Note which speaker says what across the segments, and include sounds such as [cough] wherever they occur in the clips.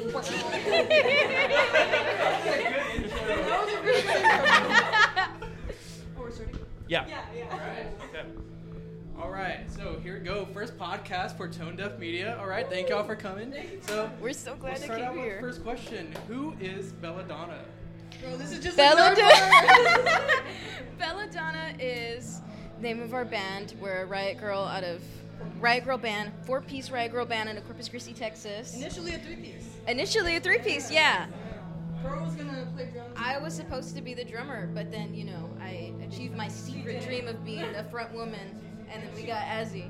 Speaker 1: ready?
Speaker 2: [laughs]
Speaker 1: Yeah.
Speaker 3: Yeah, yeah.
Speaker 1: Okay.
Speaker 4: All right, so here we go. First podcast for Tone Deaf Media. All right, thank y'all for coming. So
Speaker 5: We're so
Speaker 4: we'll
Speaker 5: glad to
Speaker 4: start
Speaker 5: keep
Speaker 4: out
Speaker 5: you
Speaker 4: with the
Speaker 5: here.
Speaker 4: first question. Who is Belladonna?
Speaker 3: Bro, this is just
Speaker 5: Belladonna.
Speaker 3: another word.
Speaker 5: [laughs] Belladonna is name of our band. We're a Riot Girl out of Riot Girl band, four piece Riot Girl band out of Corpus Christi, Texas.
Speaker 3: Initially a three piece.
Speaker 5: Initially a three piece, yeah.
Speaker 3: Bro was gonna play drums.
Speaker 5: I was supposed to be the drummer, but then you know I achieved my secret dream of being a front woman, and then we got Azzy.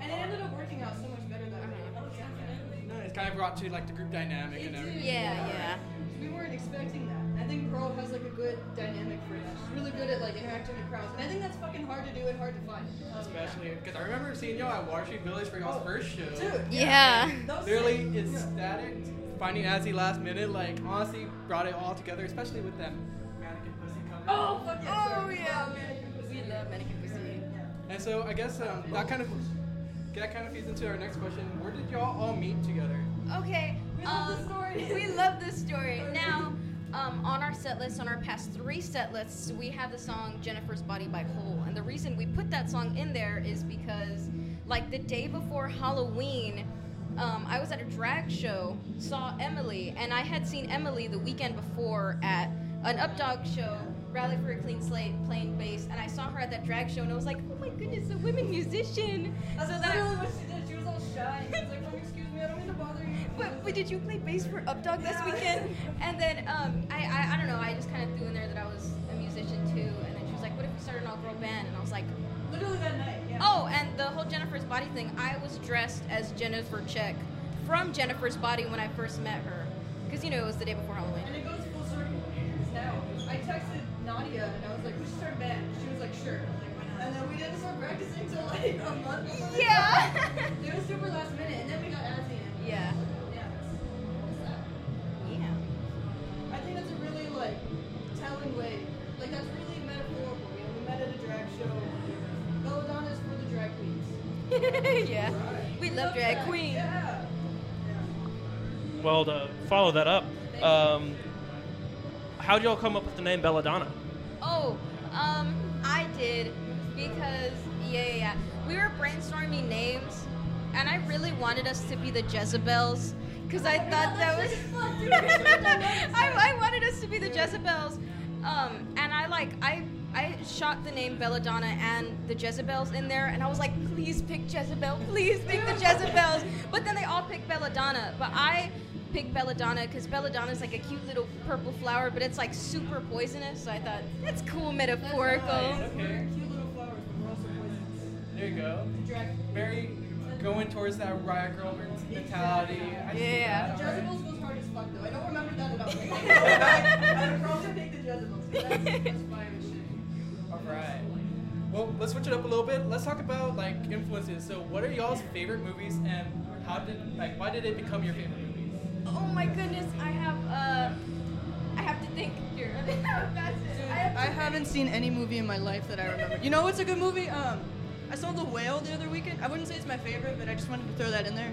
Speaker 3: and it ended up working out so much better that way.
Speaker 4: No, it's kind of brought to like the group dynamic and everything.
Speaker 5: Yeah, yeah.
Speaker 3: We weren't expecting that. I think Bro has like a good dynamic for it. She's really good at like interacting with crowds. And I think that's fucking hard to do and hard to find.
Speaker 4: Especially because I remember seeing y'all at Water Street Village for
Speaker 5: Oh,
Speaker 4: y'all's first show.
Speaker 3: Dude.
Speaker 5: Yeah.
Speaker 3: That was
Speaker 4: Literally
Speaker 3: sick.
Speaker 4: it's
Speaker 3: Yeah.
Speaker 4: static. Finding Azzy last minute, like honestly, brought it all together, especially with that mannequin pussy cover.
Speaker 3: Oh, fuck yeah.
Speaker 5: Oh,
Speaker 3: sorry.
Speaker 5: yeah.
Speaker 3: Mannequin pussy.
Speaker 5: We love mannequin pussy.
Speaker 4: And so I guess um, that kind of that kind of feeds into our next question. Where did y'all all meet together?
Speaker 5: Okay.
Speaker 3: We
Speaker 5: um,
Speaker 3: love this
Speaker 5: [laughs]
Speaker 3: story.
Speaker 5: We love this story.
Speaker 3: [laughs]
Speaker 5: Now, um, on our set list, on our past three set lists, we have the song Jennifer's Body by Cole. And the reason we put that song in there is because, like, the day before Halloween, um, I was at a drag show, saw Emily, and I had seen Emily the weekend before at an updog show, Rally for a Clean Slate, playing bass, and I saw her at that drag show, and I was like, oh my goodness, a women musician.
Speaker 3: That's
Speaker 5: So that-
Speaker 3: literally what she did. She was all shy. She was like, "Mom, excuse me, I don't mean to bother you.
Speaker 5: But, but did you play bass for Updog this
Speaker 3: Yeah.
Speaker 5: [laughs] weekend? And then um, I, I I don't know. I just kind of threw in there that I was a musician too. And then she was like, "What if we started an all-girl band?" And I was like,
Speaker 3: Literally that night, yeah.
Speaker 5: "Oh!" And the whole Jennifer's Body thing. I was dressed as Jennifer Check from Jennifer's Body when I first met her, because you know it was the day before Halloween.
Speaker 3: And it goes full circle. Because now, I texted Nadia and I was like, we should start a band. She was like, sure. I was like, "Why not?" And then we didn't start practicing till like a month. before the show.
Speaker 5: Yeah.
Speaker 3: It was super last minute, and then we got Azzy in.
Speaker 5: [laughs] yeah.
Speaker 3: Yeah. it's- it's that.
Speaker 5: Yeah.
Speaker 3: I think that's a really like telling way. Like that's really metaphorical. You know, we met at a drag show. Belladonna's for the drag
Speaker 5: [laughs]
Speaker 3: queens.
Speaker 5: yeah. We love drag queens.
Speaker 3: Yeah.
Speaker 1: Well, to follow that up, um, how did y'all come up with the name Belladonna?
Speaker 5: Oh, um, I did because yeah, yeah, yeah. We were brainstorming names, and I really wanted us to be the Jezebels because I thought that was. [laughs] I, I wanted us to be the Jezebels, um, and I like I. I shot the name Belladonna and the Jezebels in there, and I was like, please pick Jezebel, please pick the Jezebels. But then they all picked Belladonna. But I pick belladonna because belladonna is like a cute little purple flower, but it's like super poisonous. So I thought that's cool metaphorical.
Speaker 4: Okay.
Speaker 3: Cute little flowers, but we're also poisonous.
Speaker 4: There you go.
Speaker 3: Drag.
Speaker 4: Very going towards that riot girl mentality. I see
Speaker 5: Yeah.
Speaker 4: that, alright.
Speaker 3: Jezebels goes hard as fuck though. I don't remember
Speaker 5: [laughs]
Speaker 3: that about me. I probably picked the Jezebels. 'cause That's, that's fire as shit.
Speaker 4: All right. Well, let's switch it up a little bit. Let's talk about like influences. So, what are y'all's favorite movies, and how did like why did it become your favorite movie?
Speaker 5: Oh my goodness, I have uh, I have to think here. [laughs] That's it. I have to
Speaker 3: I haven't seen any movie in my life that I remember. You know what's a good movie? Um, I saw The Whale the other weekend. I wouldn't say it's my favorite, but I just wanted to throw that in there.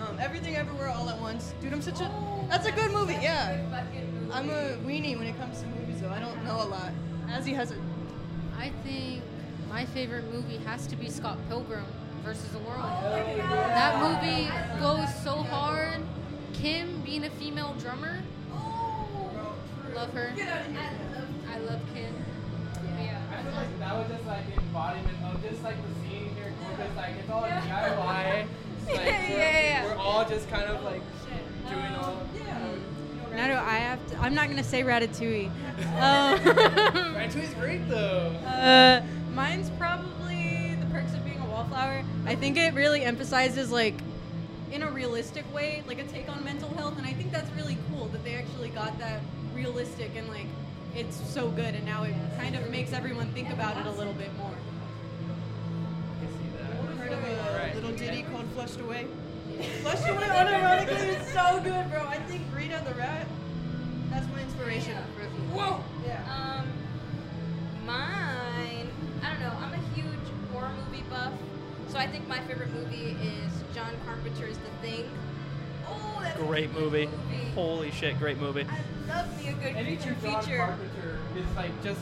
Speaker 3: Um, Everything Everywhere All at Once. Dude, I'm such a. that's a good movie.
Speaker 5: that's a
Speaker 3: yeah.
Speaker 5: good fucking movie.
Speaker 3: I'm a weenie when it comes to movies, though. I don't know a lot. Azzy has a.
Speaker 6: I think my favorite movie has to be Scott Pilgrim versus the World. that movie goes so hard. Kim being a female drummer, love her. I love Kim.
Speaker 4: I
Speaker 6: Yeah.
Speaker 4: feel like that was just like the embodiment of just like the scene here in Corpus. Like it's all
Speaker 5: [laughs]
Speaker 4: DIY. It's, like,
Speaker 5: Yeah, yeah, yeah.
Speaker 4: We're all just kind of like doing all.
Speaker 2: Now do I have to? I'm not gonna
Speaker 5: [laughs]
Speaker 2: say Ratatouille. Um, [laughs]
Speaker 4: Ratatouille's great though.
Speaker 2: uh, mine's probably The Perks of Being a Wallflower. I think it really emphasizes like in a realistic way, like a take on mental health, and I think that's really cool that they actually got that realistic and like it's so good, and now it kind of makes everyone think about it a little bit more.
Speaker 4: I can see
Speaker 3: Heard
Speaker 4: that.
Speaker 3: of a
Speaker 4: Right.
Speaker 3: little ditty called Flushed Away? Flushed Away unironically is so good, bro. I think Rita the Rat. That's my inspiration.
Speaker 5: Whoa.
Speaker 3: Yeah.
Speaker 5: Um, mine. I don't know. I'm a huge horror movie buff, so I think my favorite movie is John Carpenter's The Thing. Oh, that's a
Speaker 1: Great movie.
Speaker 5: movie.
Speaker 1: Holy shit, great movie.
Speaker 5: I love me a good creature
Speaker 4: Anything John
Speaker 5: feature.
Speaker 4: Carpenter is like just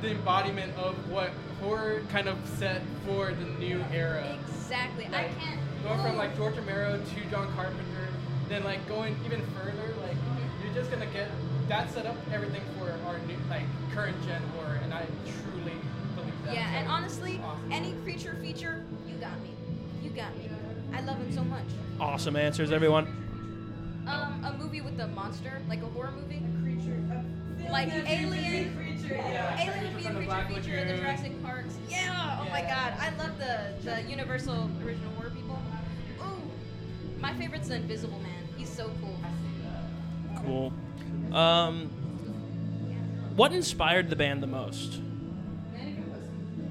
Speaker 4: the embodiment of what horror kind of set for the new era.
Speaker 5: Exactly. I
Speaker 4: uh, Like,
Speaker 5: can't.
Speaker 4: Going from
Speaker 5: Ooh.
Speaker 4: like George Romero to John Carpenter, then like going even further, like
Speaker 5: Mm-hmm.
Speaker 4: you're just gonna get that set up everything for our new like current gen horror, and I truly believe that.
Speaker 5: Yeah,
Speaker 4: So,
Speaker 5: and honestly,
Speaker 4: awesome.
Speaker 5: any creature feature, you got me. You got me. I love him so much.
Speaker 1: Awesome answers, everyone.
Speaker 5: Um, a movie with a monster, like a horror movie.
Speaker 3: creature.
Speaker 5: Like Alien.
Speaker 3: creature.
Speaker 4: yeah.
Speaker 5: Alien would be a
Speaker 4: From the
Speaker 5: creature
Speaker 4: Black
Speaker 5: feature in the
Speaker 4: Lagoon.
Speaker 5: Jurassic Parks. Yeah. Oh my God,
Speaker 4: Yeah.
Speaker 5: I love the the Universal original horror people. Ooh, my favorite's the Invisible Man. He's so cool.
Speaker 1: Cool. Um, what inspired the band the most?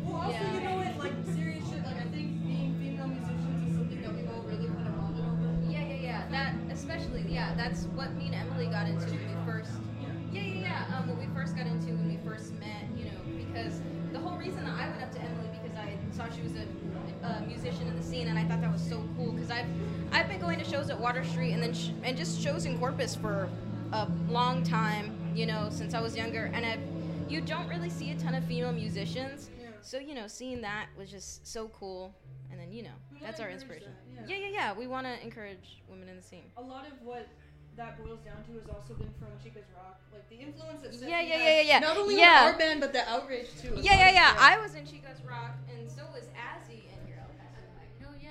Speaker 3: Well, also,
Speaker 5: Yeah.
Speaker 3: you know what? Like, serious shit. Like, I think being female musicians is something that we've all really kind of bonded over.
Speaker 5: Yeah, yeah, yeah. That especially, yeah. That's what me and Emily got into when we first. Yeah, yeah, yeah. Um, what we first got into when we first met, you know, because the whole reason that I went up to Emily because I saw she was a, a musician in the scene, and I thought that was so cool because I've I've been going to shows at Water Street and then sh- and just shows in Corpus for a long time, you know, since I was younger, and I you don't really see a ton of female musicians, so you know, seeing that was just so cool. And then you know, that's our inspiration. Yeah, yeah, yeah. We want to encourage women in the scene.
Speaker 3: A lot of what that boils down to has also been from Chica's rock. Like, the influence that
Speaker 5: Yeah, yeah, yeah, yeah, yeah.
Speaker 3: Not only
Speaker 5: yeah.
Speaker 3: with our band, but the outrage, too.
Speaker 5: yeah, yeah, yeah. I was in Chico's Rock, and so was Azzy in your
Speaker 6: No, Oh, yeah,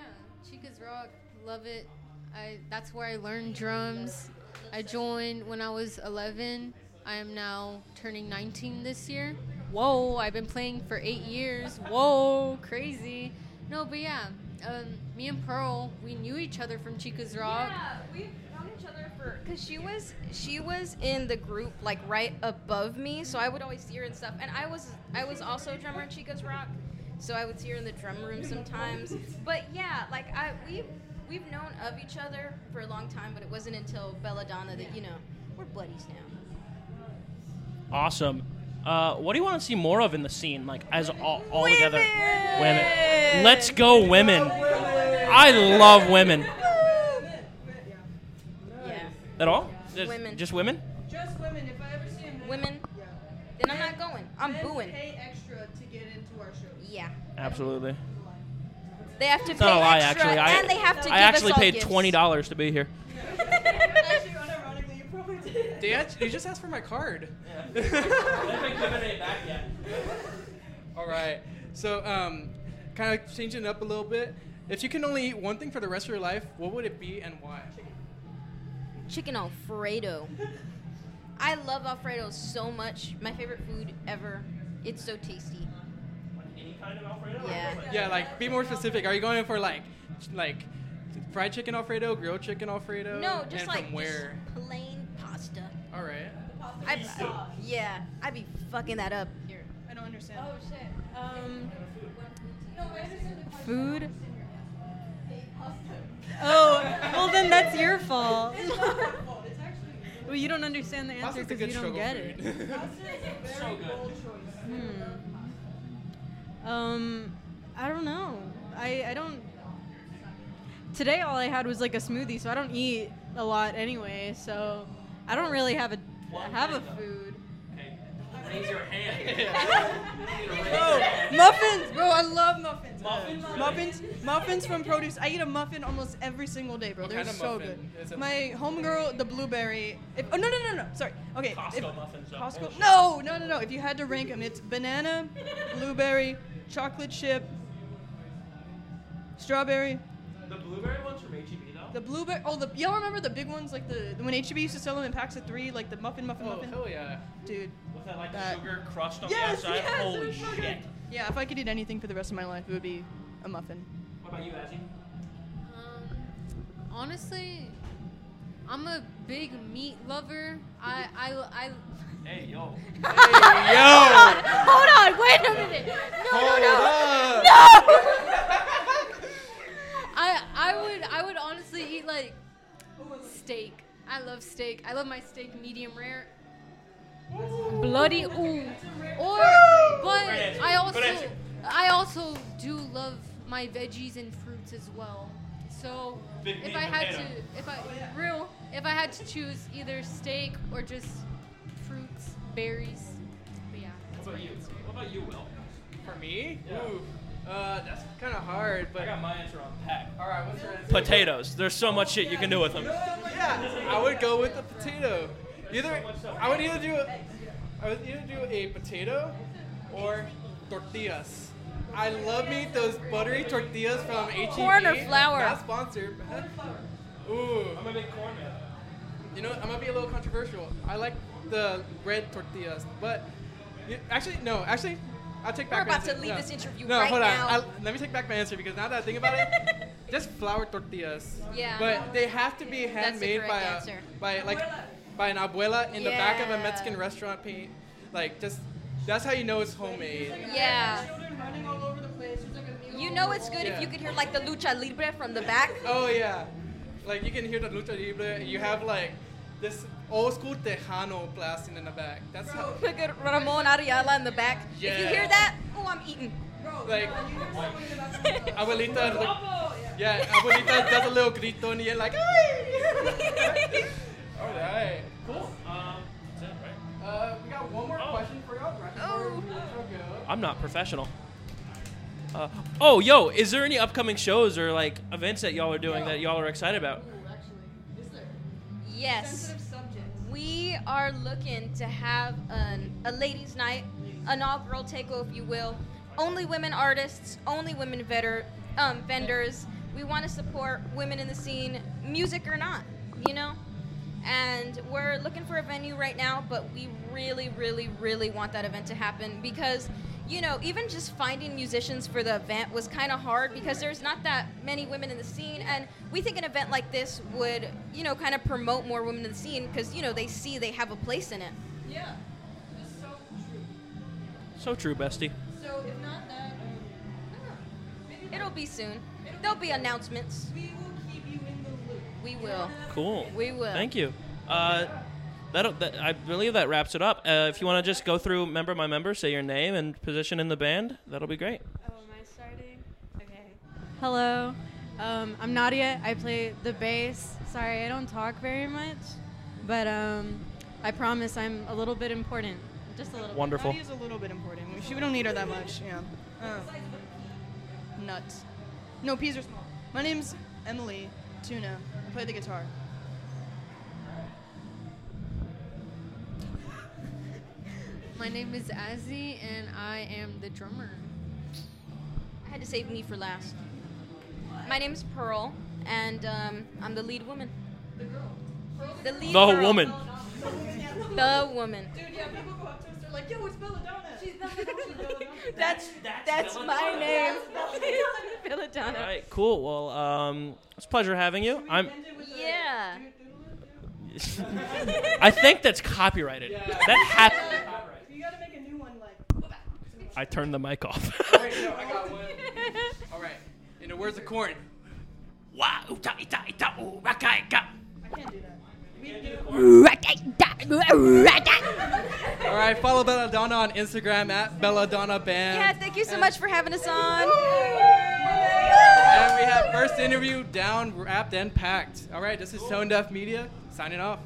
Speaker 6: Chica's Rock, love it. I that's where I learned drums. I joined when I was 11. I am now turning 19 this year. Whoa, I've been playing for eight years. Whoa, crazy. No, but yeah, um, me and Pearl, we knew each other from Chica's Rock.
Speaker 5: Yeah, we've known each other for because she was she was in the group like right above me, so I would always see her and stuff. And I was I was also a drummer in Chico's Rock, so I would see her in the drum room sometimes. But yeah, like I we we've known of each other for a long time, but it wasn't until Belladonna that you know we're buddies now.
Speaker 1: Awesome. Uh, what do you want to see more of in the scene, like as all, all together? Women. Let's go, women. I love women.
Speaker 5: Yeah,
Speaker 1: At all? Just,
Speaker 5: Women.
Speaker 1: Just women?
Speaker 3: Just women. If I ever see a man,
Speaker 5: women.
Speaker 3: Yeah.
Speaker 5: Then I'm not going. I'm
Speaker 3: Men
Speaker 5: booing.
Speaker 3: pay extra to get into our shows.
Speaker 5: Yeah.
Speaker 1: Absolutely.
Speaker 5: They have to
Speaker 1: It's
Speaker 5: pay
Speaker 1: not a lie,
Speaker 5: extra,
Speaker 1: actually. I-
Speaker 5: and they have to give
Speaker 1: I actually
Speaker 5: us all
Speaker 1: paid
Speaker 5: gifts.
Speaker 1: twenty dollars to be here.
Speaker 3: Actually, unironically, you probably did.
Speaker 4: They act- you just asked for my card. [laughs] All right. So, um, kind of changing it up a little bit. If you can only eat one thing for the rest of your life, what would it be and why?
Speaker 5: [laughs] Chicken Alfredo. I love Alfredo so much. My favorite food ever. It's so tasty. Yeah.
Speaker 4: Yeah, like be more specific. Are you going for like, ch- like, fried chicken Alfredo, grilled chicken Alfredo?
Speaker 5: No, just
Speaker 4: and
Speaker 5: like
Speaker 4: from where?
Speaker 5: just plain pasta.
Speaker 4: All right.
Speaker 5: I, yeah, I'd be fucking that up. Here.
Speaker 3: I don't understand.
Speaker 2: Oh shit. Um. Food. Oh, well then that's your fault. well, you don't understand the answer
Speaker 4: Pasta's a good
Speaker 2: because you don't
Speaker 4: struggle
Speaker 2: get it.
Speaker 4: food.
Speaker 2: Um, I don't know. I I don't. Today all I had was like a smoothie, so I don't eat a lot anyway. So I don't really have a have a food.
Speaker 3: muffins, bro! I love muffins. Muffins, muffins, from produce. I eat a muffin almost every single day, bro.
Speaker 4: What
Speaker 3: They're
Speaker 4: kind of
Speaker 3: so
Speaker 4: muffin? Is
Speaker 3: good.
Speaker 4: it-
Speaker 3: My homegirl, the blueberry. If, oh no no no no! Sorry. Okay. if-
Speaker 1: Costco muffins are
Speaker 3: Costco.
Speaker 1: bullshit.
Speaker 3: No no no no! If you had to rank them, it's banana, blueberry, chocolate chip, strawberry.
Speaker 1: The blueberry ones from HEB though.
Speaker 3: The blueberry. Oh, the y'all remember the big ones like the when HEB used to sell them in packs of three, like the muffin muffin
Speaker 4: [laughs] Oh
Speaker 3: muffin.
Speaker 4: hell yeah!
Speaker 3: Dude.
Speaker 1: With that like
Speaker 3: That-
Speaker 1: sugar crust on
Speaker 3: Yes,
Speaker 1: the outside.
Speaker 3: yes,
Speaker 1: Holy
Speaker 3: they're so good.
Speaker 1: shit.
Speaker 3: Yeah. If I could eat anything for the rest of my life, it would be a muffin.
Speaker 1: What about you, Azzy?
Speaker 6: Um, honestly, I'm a big meat lover. I I [laughs] I.
Speaker 1: Hey yo.
Speaker 4: Yo!
Speaker 6: Hold on, wait a minute. No, no, no.
Speaker 4: Hold up.
Speaker 6: I I would I would honestly eat like steak. I love steak. I love my steak medium rare. Bloody ooh. Or but
Speaker 1: answer.
Speaker 6: I
Speaker 1: Good
Speaker 6: also
Speaker 1: answer.
Speaker 6: I also do love my veggies and fruits as well. So
Speaker 7: Big
Speaker 6: if
Speaker 7: meat
Speaker 6: I had
Speaker 7: potato.
Speaker 6: to, if I real, if I had to choose either steak or just fruits, berries. But yeah,
Speaker 7: What
Speaker 6: that's my
Speaker 7: about you?
Speaker 6: answer.
Speaker 7: What about you, Will?
Speaker 4: For me?
Speaker 7: Yeah.
Speaker 4: Ooh. Uh, that's kind of hard,
Speaker 7: I
Speaker 4: but.
Speaker 7: got my answer on pack.
Speaker 4: All right, what's your answer?
Speaker 1: Potatoes. There's so much shit you can do with them.
Speaker 4: Yeah, I would go with the potato. Either I would either do a, I would either do a potato or tortillas. I love me those buttery tortillas from H E B.
Speaker 2: Corn or flour?
Speaker 4: Not sponsored. Ooh,
Speaker 7: I'm a big corn man.
Speaker 4: you know what? I'm gonna be a little controversial. I like the red tortillas, but you- actually no, actually. I'll take back
Speaker 5: We're
Speaker 4: my
Speaker 5: about to
Speaker 4: answer.
Speaker 5: leave
Speaker 4: no.
Speaker 5: this interview
Speaker 4: no,
Speaker 5: right
Speaker 4: hold on.
Speaker 5: now.
Speaker 4: I, let me take back my answer because now that I think about
Speaker 5: [laughs]
Speaker 4: it, just flour tortillas.
Speaker 5: Yeah.
Speaker 4: But they have to be
Speaker 5: the
Speaker 4: handmade by
Speaker 5: correct
Speaker 4: a,
Speaker 5: answer.
Speaker 4: by like by an abuela in the back of a
Speaker 5: Yeah.
Speaker 4: Mexican restaurant paint. Like just that's how you know it's homemade.
Speaker 5: Yeah.
Speaker 3: Children running all over the place. There's like a meal.
Speaker 5: You know it's good
Speaker 4: Yeah.
Speaker 5: if you could hear like the lucha libre from the back.
Speaker 3: [laughs]
Speaker 4: Oh yeah. Like you can hear the lucha libre. You have like this old school Tejano blasting in the back. That's how
Speaker 5: Look at Ramon Ariala in the back. If you hear
Speaker 4: Yeah.
Speaker 5: that, oh, I'm eating.
Speaker 3: Bro,
Speaker 4: like-
Speaker 3: when you hear someone in the bathroom, uh,
Speaker 4: [laughs] abuelita. yeah, abuelita does a little grito and you're like, ay. All right.
Speaker 7: Cool. Um, that's it, right?
Speaker 4: Uh, we got one more question for y'all. Right
Speaker 5: Oh.
Speaker 1: I'm not professional. Uh, oh, yo, is there any upcoming shows or like events that y'all are doing that y'all are excited about?
Speaker 5: Yes.
Speaker 3: sensitive subjects.
Speaker 5: We are looking to have an, a ladies' night, inaugural takeover, if you will. Only women artists, only women vetter, um, vendors. We want to support women in the scene, music or not, you know? And we're looking for a venue right now, but we really, really, really want that event to happen because, you know, even just finding musicians for the event was kind of hard because there's not that many women in the scene. And we think an event like this would, you know, kind of promote more women in the scene because, you know, they see they have a place in it.
Speaker 3: [laughs] Yeah. That's so true.
Speaker 1: So true, bestie.
Speaker 3: So if not that, I don't know. Maybe
Speaker 5: It'll be soon. There'll be announcements.
Speaker 3: we will keep you in the loop.
Speaker 5: We will.
Speaker 1: Cool.
Speaker 5: We will.
Speaker 1: Thank you. Uh, that'll, that I believe that wraps it up. Uh, if you want to just go through member by member, say your name and position in the band, that'll be great.
Speaker 2: Oh, am I starting? Okay. Hello. Um, I'm Nadia. I play the bass. Sorry, I don't talk very much, but um, I promise I'm a little bit important. Just a little. bit.
Speaker 1: Wonderful.
Speaker 3: Nadia's a little bit important. We, she, we don't need her that much. Yeah. Uh, nuts. No, peas are small. My name's Emily Tuna. I play the guitar.
Speaker 6: My name is Azzy, and I am the drummer.
Speaker 5: I had to save me for last. My name's Pearl, and um, I'm the lead woman. The lead
Speaker 1: The
Speaker 5: girl.
Speaker 1: woman.
Speaker 5: The woman.
Speaker 3: Dude, yeah, people go up to us. They're like, "Yo, it's Belladonna." She's [laughs]
Speaker 5: That's that's my name.
Speaker 1: All
Speaker 5: [laughs] Belladonna.
Speaker 1: right, cool. Well, um, it's a pleasure having you. I'm. [laughs]
Speaker 5: Yeah.
Speaker 1: I think that's copyrighted. That happened.
Speaker 3: You gotta make a new one, like.
Speaker 1: I turned the mic off. [laughs]
Speaker 4: Wait, no, I got
Speaker 5: [laughs]
Speaker 4: one. All right. In the words of corn.
Speaker 3: I can't do that. We do it.
Speaker 4: All right, follow Belladonna on Instagram at Belladonna Band.
Speaker 5: Yeah, thank you so much for having us on.
Speaker 4: And we have first interview down, wrapped, and packed. All right, this is Tone Deaf Media signing off.